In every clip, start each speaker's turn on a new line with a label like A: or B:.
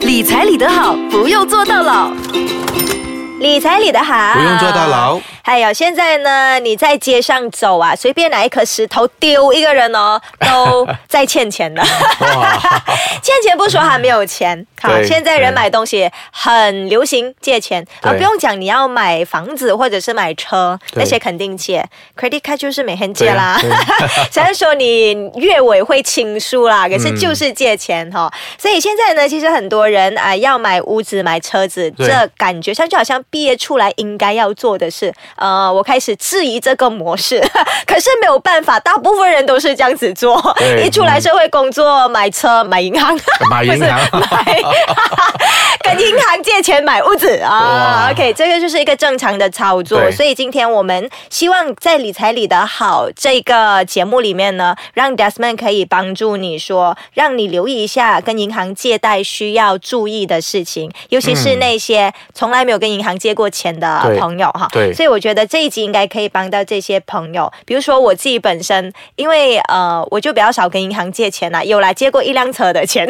A: 理财理得好，不用做到老。
B: 理财理得好，
C: 不用做到老。
B: 还有现在呢，你在街上走啊，随便拿一颗石头丢一个人 哦，都在欠钱的。 欠钱不说还没有钱，好，
C: 对
B: 现在人买东西很流行借钱啊，
C: 对
B: 不用讲你要买房子或者是买车，
C: 对
B: 那些肯定借，credit card 就是每天借啦
C: 对啊。
B: 虽然说你月尾会清书
C: 嗯
B: 啦，可是就是借钱哈、所以现在呢，其实很多人啊、要买屋子、买车子，
C: 对
B: 这感觉上就好像毕业出来应该要做的事。呃，我开始质疑这个模式， 可是没有办法，大部分人都是这样子做。
C: 对嗯
B: 一出来社会工作，买车、买银行，
C: 买银行
B: 不是买 跟银行借钱买屋子啊
C: 哇。
B: OK，这个就是一个正常的操作。
C: 对
B: 所以今天我们希望在理财理得好这个节目里面呢，让 Desmond 可以帮助你说，让你留意一下跟银行借贷需要注意的事情，尤其是那些从来没有跟银行借过钱的
C: 嗯对
B: 朋友哈。
C: 对
B: 所以我觉得这一集应该可以帮到这些朋友。比如说我自己本身，因为呃，我就比较少跟银行借钱啦，有啦，借过一辆车的 钱，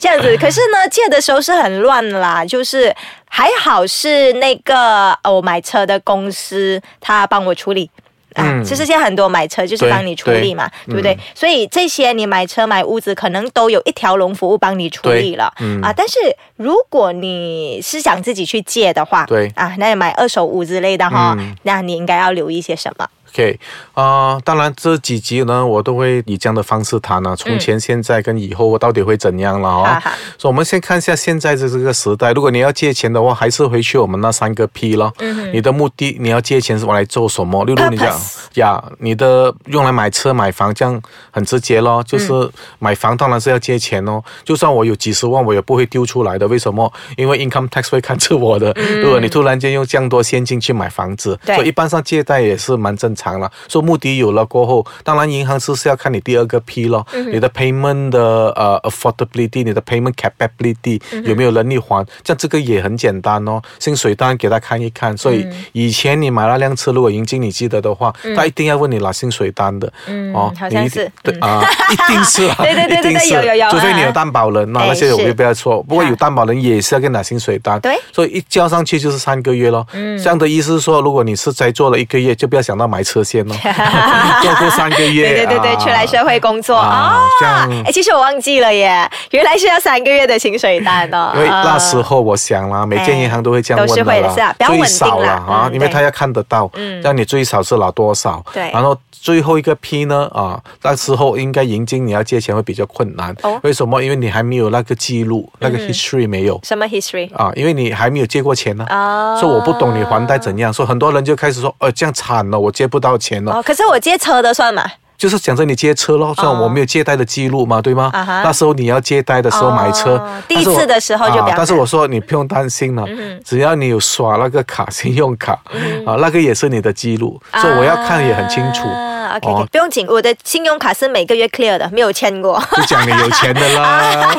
B: 这样子。可是呢，借的时候是很乱啦，就是。还好是那个呃我买车的公司，他帮我处理。啊，
C: 嗯
B: 其实现在很多买车就是
C: 对
B: 帮你处理嘛，对
C: 对
B: 不对？
C: 嗯
B: 所以这些你买车买屋子，可能都有一条龙服务帮你处理了、
C: 对嗯
B: 啊。但是如果你是想自己去借的话，
C: 对
B: 啊，那你买二手屋之类的哈、
C: 嗯
B: 那你应该要留意些什么？
C: OK，啊、当然这几集呢，我都会以这样的方式谈啊，
B: 嗯
C: 从前、现在跟以后，我到底会怎样了哦。
B: 啊哈哈
C: 所以，我们先看一下现在的这个时代，如果你要借钱的话，还是回去我们那三个 P 咯。
B: 嗯
C: 你的目的，你要借钱是用来做什么？例如你讲
B: Purpose
C: 呀，你的用来买车、买房，这样很直接咯。就是
B: 嗯
C: 买房当然是要借钱哦，就算我有几十万，我也不会丢出来的。为什么？因为 income tax 会看着我的。如果你突然间用这样多现金去买房子，
B: 嗯对
C: 所以一般上借贷也是蛮正常了。所以目的有了过后，当然银行是是要看你第二个 P 咯，
B: 嗯
C: 你的 payment 的呃 affordability，你的 payment capability
B: 嗯
C: 有没有能力还？像这个也很简单哦，薪水单给他看一看。所以
B: 嗯
C: 以前你买那辆车，如果银金你记得的话，他一定要问你拿薪水单的。
B: 嗯
C: 哦，
B: 好
C: 你
B: 像
C: 一定
B: 是
C: 对啊，一定是啦，
B: 对对对对对
C: 一定是
B: 有有有
C: 除非你
B: 啊
C: 有担保人嘛，
B: 哎
C: 那些我
B: 是
C: 就不要说。不过有担保人也是要跟你拿薪水单。
B: 对嗯
C: 所以一交上去就是三个月咯。这样的意思是说，如果你是在做了一个月，就不要想到买车先 咯，做过三个月，
B: 对对对对，
C: 啊
B: 出来社会工作
C: 啊
B: 啊！
C: 这
B: 哎、
C: 样
B: 其实我忘记了耶，原来是要三个月的薪水单哦。
C: 因为那时
B: 呃
C: 候我想啦，每间银行都会这样
B: 哎都是
C: 问
B: 会
C: 的
B: 的是啊
C: 啦
B: 比较，稳定
C: 最
B: 啦
C: 少啦啊，
B: 嗯
C: 因为
B: 对嗯
C: 他要看得到，让你最少是拿多少。
B: 对
C: 然后最后一个 P 呢啊，那时候应该银金你要借钱会比较困难
B: 哦，嗯
C: 为什么？因为你还没有那个记录，那个 history 没有。
B: 什么 history？
C: 啊，因为你还没有借过钱呢、
B: 啊
C: 所以我不懂你还贷怎样，所以很多人就开始说，呃，这样惨了，我借不到钱了。
B: 哦，可是我借车的算嘛？
C: 就是讲着你借车咯，虽然我没有借贷的记录嘛，对吗？
B: 啊哈
C: 那时候你要借贷的时候买车，
B: 哦
C: 但是我
B: 第一次的时候就不要嗯
C: 啊但是我说你不用担心了，只要你有刷那个卡， 信用卡啊，那个也是你的记录，啊所以我要看也很清楚。
B: 啊 OK，,
C: 哦
B: OK，不用紧，我的信用卡是每个月 clear 的，没有欠过。
C: 就讲你有钱的 啦，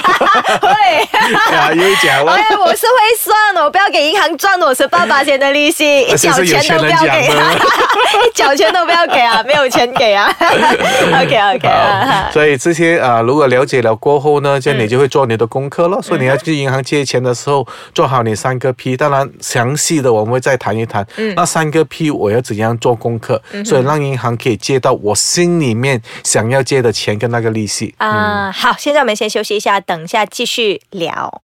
B: 对。
C: 啊，又讲了
B: 哎。，我是会算哦的，我不要给银行赚我十八八千的利息，
C: 啊
B: 一角钱都不要给， 一角钱都不要给啊，没有钱给 啊。OK OK，
C: 好， 所以这些啊、呃如果了解了过后呢，这样你就会做你的功课了。所以你要去银行借钱的时候，做好你三个 P。当然，详细的我们会再谈一谈。那三个 P 我要怎样做功课，所以让银行可以借到我心里面想要借的钱跟那个利息。
B: 啊、好，现在我们先休息一下，等一下继续聊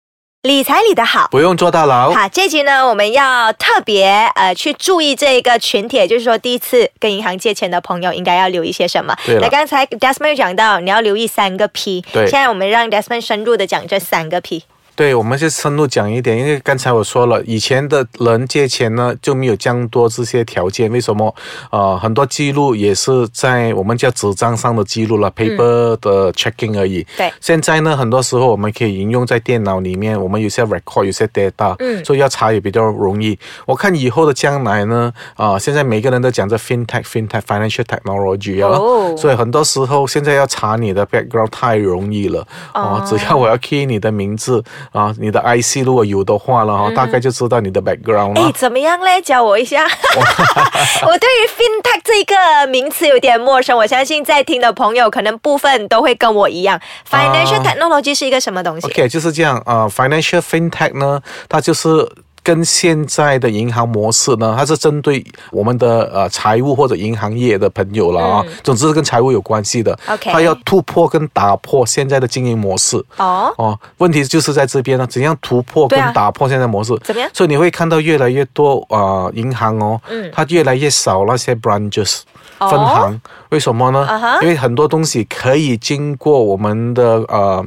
B: 理财理的好。
C: 不用做到牢。
B: 好，这集呢，我们要特别呃去注意这个群体，也就是说第一次跟银行借钱的朋友应该要留意些什么。
C: 对了
B: 那刚才 Desmond 有讲到你要留意三个 P，
C: 对
B: 现在我们让 Desmond 深入的讲这三个 P。
C: 对，我们就深入讲一点，因为刚才我说了，以前的人借钱呢就没有这样多这些条件，为什么？呃，很多记录也是在我们叫纸张上的记录了，paper 的 checking 而已。
B: 嗯对
C: 现在呢，很多时候我们可以应用在电脑里面，我们有些 record，有些 data，
B: 嗯
C: 所以要查也比较容易。我看以后的将来呢，啊、现在每个人都讲着 fintech，fintech financial technology 啊、
B: 哦
C: 所以很多哦时候现在要查你的 background 太容易了。哦，只要我要 key 你的名字啊，你的 IC 如果有的话了哈，大概就知道你的 background
B: 嗯哎，
C: 了。
B: 怎么样嘞？教我一 下。我对于 fintech 这个名词有点陌生，我相信在听的朋友可能部分都会跟我一样。Financial technology 是一个什么东西
C: 啊 OK，就是这样啊、呃 financial fintech 呢，它就是。跟现在的银行模式呢，它是针对我们的呃财务或者银行业的朋友了啊、总之是跟财务有关系的。
B: 嗯 OK
C: 它要突破跟打破现在的经营模式。
B: 哦，
C: 哦，问题就是在这边呢，啊怎样突破
B: 对
C: 跟
B: 啊
C: 打破现在模式？
B: 怎么样
C: 所以你会看到越来越多呃银行哦，
B: 嗯
C: 它越来越少那些 branches
B: 哦
C: 分行，为什么呢
B: 啊哈
C: 因为很多东西可以经过我们的呃。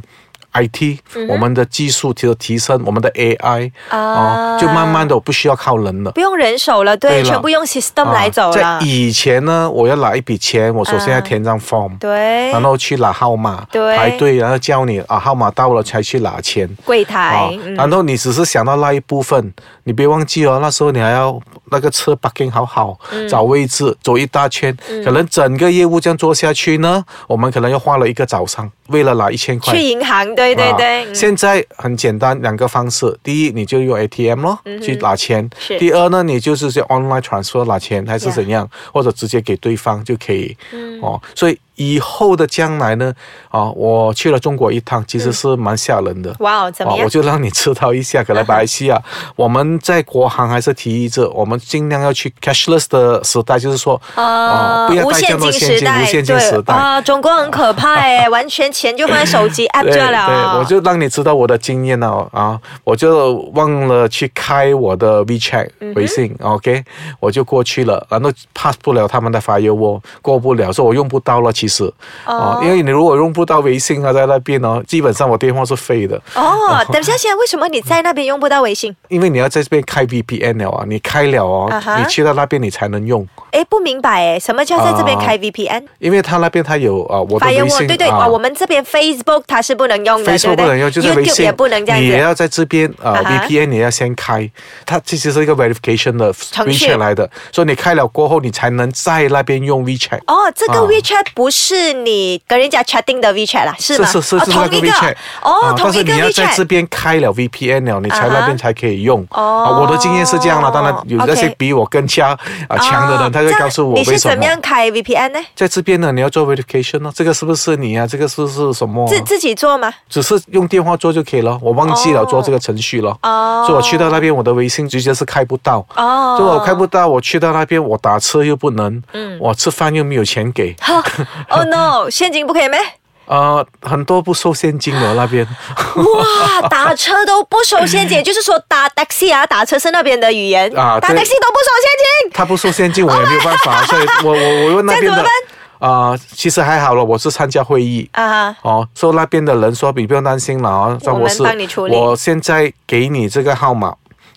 C: IT，、我
B: 嗯
C: 们的技术提提升，我们的 AI
B: 啊
C: 就慢慢的不需要靠人了。
B: 不用人手了，
C: 对
B: 对，
C: 了啊
B: 全部用 system 来走
C: 在
B: 了。
C: 以前呢，我要拿一笔钱，我首先要
B: 啊
C: 填张 form，、
B: 对，
C: 然后去拿号码，
B: 对
C: 排队，然后叫你啊号码到了才去拿钱。
B: 柜
C: 啊
B: 台，嗯，
C: 然后你只是想到那一部分，你别忘记哦，那时候你还要那个车 parking 好好，
B: 嗯
C: 找位置，走一大圈，可能整个业务这样做下去呢，我们可能又花了一个早上，为了拿一千块
B: 去。银行，对对对，
C: 啊
B: 嗯
C: 现在很简单，两个方式。第一，你就用 ATM 咯，去拿钱
B: 嗯是；
C: 第二呢，你就是去 online transfer 拿钱，还是
B: Yeah 嗯
C: 怎样或者直接给对方就可以。哦，所以以后的将来呢，啊，我去了中国一趟，
B: 嗯
C: 其实是蛮吓人的。
B: 哇哦，怎么
C: 哦，我
B: 样？
C: 就让你知道一下，可能马来 西亚，我们在国行还是提议着，我们尽量要去 cashless 的时代，就是说，哦
B: 呃
C: 不要
B: 无
C: 带这
B: 现
C: 么多
B: 金
C: 现
B: 时
C: 金，
B: 代，
C: 无现金时
B: 对
C: 代。
B: 啊，中国很可怕 哎，完全钱就放在手机 app
C: 对
B: 这
C: 对，
B: 了。
C: 我就让你知道我的经验了啊！我就忘了去开我的 WeChat
B: 嗯
C: 微信、o k 我就过去了，然后 pass 不了他们的 firewall，过不了，说我用不到了，其实
B: 哦
C: 啊，因为你如果用不到微信啊，在那边哦，基本上我电话是废的。
B: 哦，等一下，现在为什么你在那边用不到微信？
C: 因为你要在这边开 VPN 了啊，你开了哦
B: 啊哈
C: 你去到那边你才能用，
B: 哎，不明白哎，什么叫在这边开 VPN？
C: 因为他那边他有啊、呃啊我的
B: 发言
C: 微
B: 我
C: 信
B: 对对
C: 啊。
B: 啊，我们这边 Facebook 它是不能用的，对
C: Facebook
B: 不
C: 不
B: 对？
C: 能用，就是微
B: YouTube
C: 信
B: 也不能这样
C: 你也
B: 子。
C: 要在这边呃、
B: 啊哈
C: VPN 你要先开，它其实是一个 verification 的
B: 程序
C: WeChat 来的，所以你开了过后，你才能在那边用 WeChat。
B: 哦，这个
C: 啊
B: WeChat 不是你跟人家 chatting 的 WeChat 啦，是
C: 是
B: 吗？
C: 是是
B: 哦
C: 是那
B: 同
C: 个
B: 一个
C: WeChat，
B: 哦
C: 啊，
B: 同一个
C: 但是你要在这
B: WeChat。
C: 边开了 VPN 了，你才
B: 啊哈
C: 那边才可以用。
B: 哦
C: 啊我的经验是这样了，当然有那些
B: OK
C: 比我更加啊强的
B: 哦
C: 人，他会
B: 这样
C: 告诉我
B: 你
C: 为
B: 是
C: 什
B: 怎么
C: 么。
B: 样开 VPN 呢？
C: 在这边呢，你要做 verification 哦，这个是不是你啊？这个是不是什么啊？
B: 自自己做吗？
C: 只是用电话做就可以了，我忘记了
B: 哦
C: 做这个程序了。
B: 哦
C: 所以我去到那边，我的微信直接是开不到。
B: 哦，
C: 所以我开不到，我去到那边，我打车又不能，
B: 嗯
C: 我吃饭又没有钱给，
B: 哈。哦 no，现金不可以咩？
C: 呃，很多不收现金的那边，
B: 哇，打车都不收现金，也就是说打 taxi 啊，打车是那边的语言，
C: 啊
B: 打
C: 对
B: taxi 都不收现金。
C: 他不收现金，我也没有办法，所以我我我问那 边
B: 这样怎么
C: 的
B: 办，
C: 啊、其实还好了，我是参加会议，
B: 啊，
C: 哦，说那边的人说你不用担心了啊，张
B: 我
C: 博
B: 们
C: 士，
B: 帮你处理
C: 我现在给你这个号码，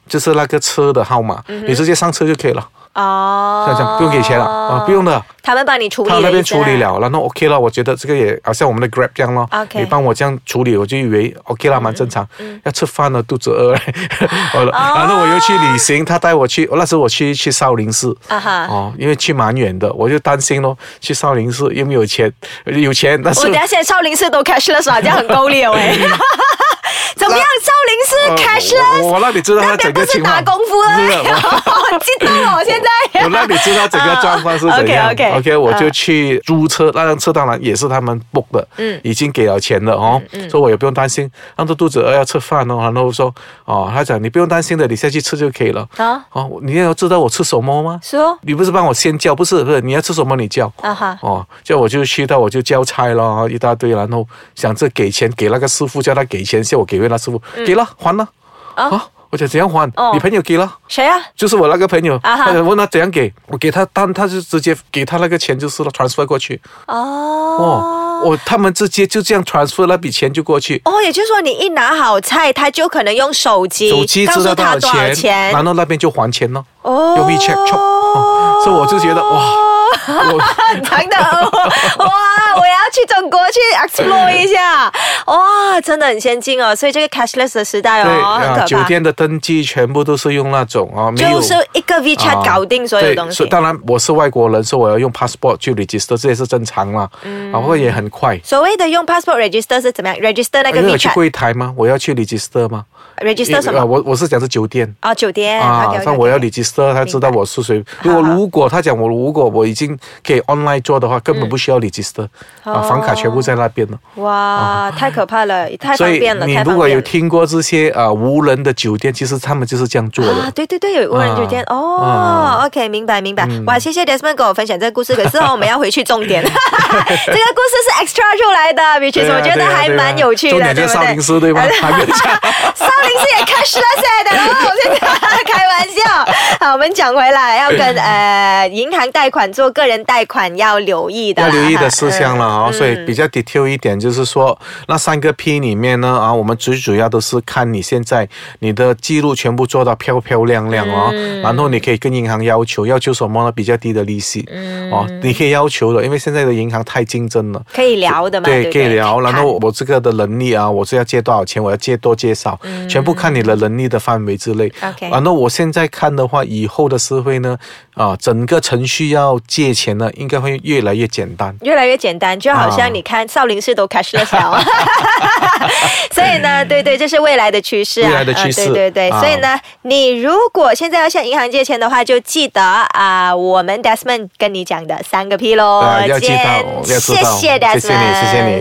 C: 就是那个车的号码，你直接上车就可以了，
B: 嗯哦，
C: 这样讲不用给钱了啊，不用的。
B: 他们帮你处理，
C: 他那边处理。了，然后 OK 了，我觉得这个也好像我们的 Grab 这样咯
B: OK 嗯
C: 你帮我这样处理，我就以为 OK 啦，蛮正常。要吃饭了，肚子饿了， 好了，然后我又去旅行，他带我去，那时候我去去少林寺。
B: 啊哈，
C: 哦，因为去蛮远的，我就担心咯，去少林寺又没有钱，有钱但
B: 我
C: 是
B: 等下现在少林寺都 cashless 了，这样很够力哦喂。怎么样，少
C: 呃
B: 林寺 cashless？
C: 我我我让你知道
B: 那
C: 他
B: 边
C: 整
B: 不
C: 个
B: 是
C: 情
B: 打
C: 况。
B: 功夫了，
C: 不是
B: 我激动了，我现在。
C: 我让你知道整
B: 啊
C: 个状况是怎样。
B: OK OK
C: OK，我就去租车，那辆车当然也是他们 book 的，
B: 嗯
C: 已经给了钱了哦，所以我也不用担心。然后肚子饿要吃饭哦，然后说哦，他讲你不用担心的，你下去吃就可以了。
B: 啊，
C: 哦，你要知道我吃什么吗？
B: 说
C: 你不是帮我先叫，不是不是，你要吃什么你叫。
B: 啊哈，
C: 哦，叫我就去到我就交差了，一大堆，然后想着给钱给那个师傅，叫他给钱，叫我给回那师傅，给了还了
B: 嗯啊
C: 啊，我讲怎样还
B: 哦？
C: 你朋友给了。
B: 谁啊？
C: 就是我那个朋友，
B: 啊哈
C: 他想问他怎样给，我给他单，他就直接给他那个钱就是了，transfer 过去。哦，
B: 哦。
C: 我他们直接就这样 transfer 那笔钱就过去，
B: 哦，也就是说，你一拿好菜，他就可能用手机
C: 手机
B: 告
C: 知
B: 诉
C: 道
B: 他
C: 少
B: 多少
C: 钱，然后那边就还钱了。
B: 哦，
C: 用 WeChat chop，哦所以我就觉得哇
B: 很 长的哦，哇！我也要去中国去 explore 一下，哇，真的很先进哦。所以这个 cashless 的时代
C: 对
B: 哦，很可
C: 啊，
B: 怕。
C: 酒店的登记全部都是用那种啊，没有
B: 就是一个 WeChat
C: 啊
B: 搞定所有
C: 对
B: 东西
C: 所以，当然我是外国人，所以我要用 passport 去 register，这也是正常啦，
B: 嗯
C: 啊，不过也很快。
B: 所谓的用 passport register 是怎么样？register 那个
C: 因哎为我去
B: WeChat
C: 柜台吗？我要去 register 吗？
B: register 什
C: 啊
B: 么？
C: 我我是讲是酒店。
B: 啊，酒店
C: 啊，
B: OK，OK，OK
C: 那我要 register，他知道我是谁。如
B: 好
C: 果
B: 好
C: 如果他讲我如果我已经可以 online 做的话，根本不需要 register，
B: 嗯
C: 啊，房卡全部在那边了。
B: 哇，太可怕了，哦太
C: 所
B: 方
C: 以
B: 便了，
C: 你
B: 太
C: 如
B: 方
C: 果
B: 便
C: 有
B: 了。
C: 听过这些啊无人的酒店，其实他们就是这样做的。
B: 啊，对对对，有无人酒店、
C: 啊
B: 哦、
C: 啊嗯
B: o k 明白明白、哇，谢谢 Desmond 跟我分享这个故事，可是哦，我们要回去重 点，这个故事是 extra 出来的，which
C: 对
B: is
C: 啊
B: 我觉
C: 对
B: 得
C: 啊
B: 还
C: 对啊
B: 蛮有趣的，
C: 重点就
B: 对不
C: 是少林
B: 对？
C: 寺对吗？还没有讲。
B: 少林寺也 cashless 欸 大佬，我现在开玩笑。好，我们讲回来，要跟呃银行贷款做个人贷款要留意的啦，
C: 要留意的事
B: 哈嗯
C: 项了啊、所以比较 detail 一点，就是说那三个 P 里面呢啊，我们最主要都是看你现在你的记录全部做到漂漂亮亮哦，
B: 嗯
C: 然后你可以跟银行要求要求什么呢？比较低的利息、
B: 嗯
C: 哦，你可以要求的，因为现在的银行太竞争了。
B: 可以聊的嘛，对不
C: 可
B: 对，
C: 以聊。然
B: 看
C: 后我这个的能力啊，我是要借多少钱，我要借多借少，全部看你的能力的范围之内。
B: 嗯 OK
C: 啊，那我现在看的话，以后的社会呢，啊，整个程序要借钱呢，应该会越来越简单。
B: 越来越简单，就好
C: 啊
B: 像你看少林寺都 cashless 了，所以呢，对对，这是未来的趋势啊，
C: 未来的趋势
B: 啊对对对，
C: 啊
B: 所以呢，你如果现在要向银行借钱的话，就记得啊、我们 Desmond 跟你讲的三个 P 喽，
C: 对啊要记
B: 见
C: 到要知
B: 谢
C: 道
B: 谢
C: 谢谢你
B: Desmond，
C: 谢谢你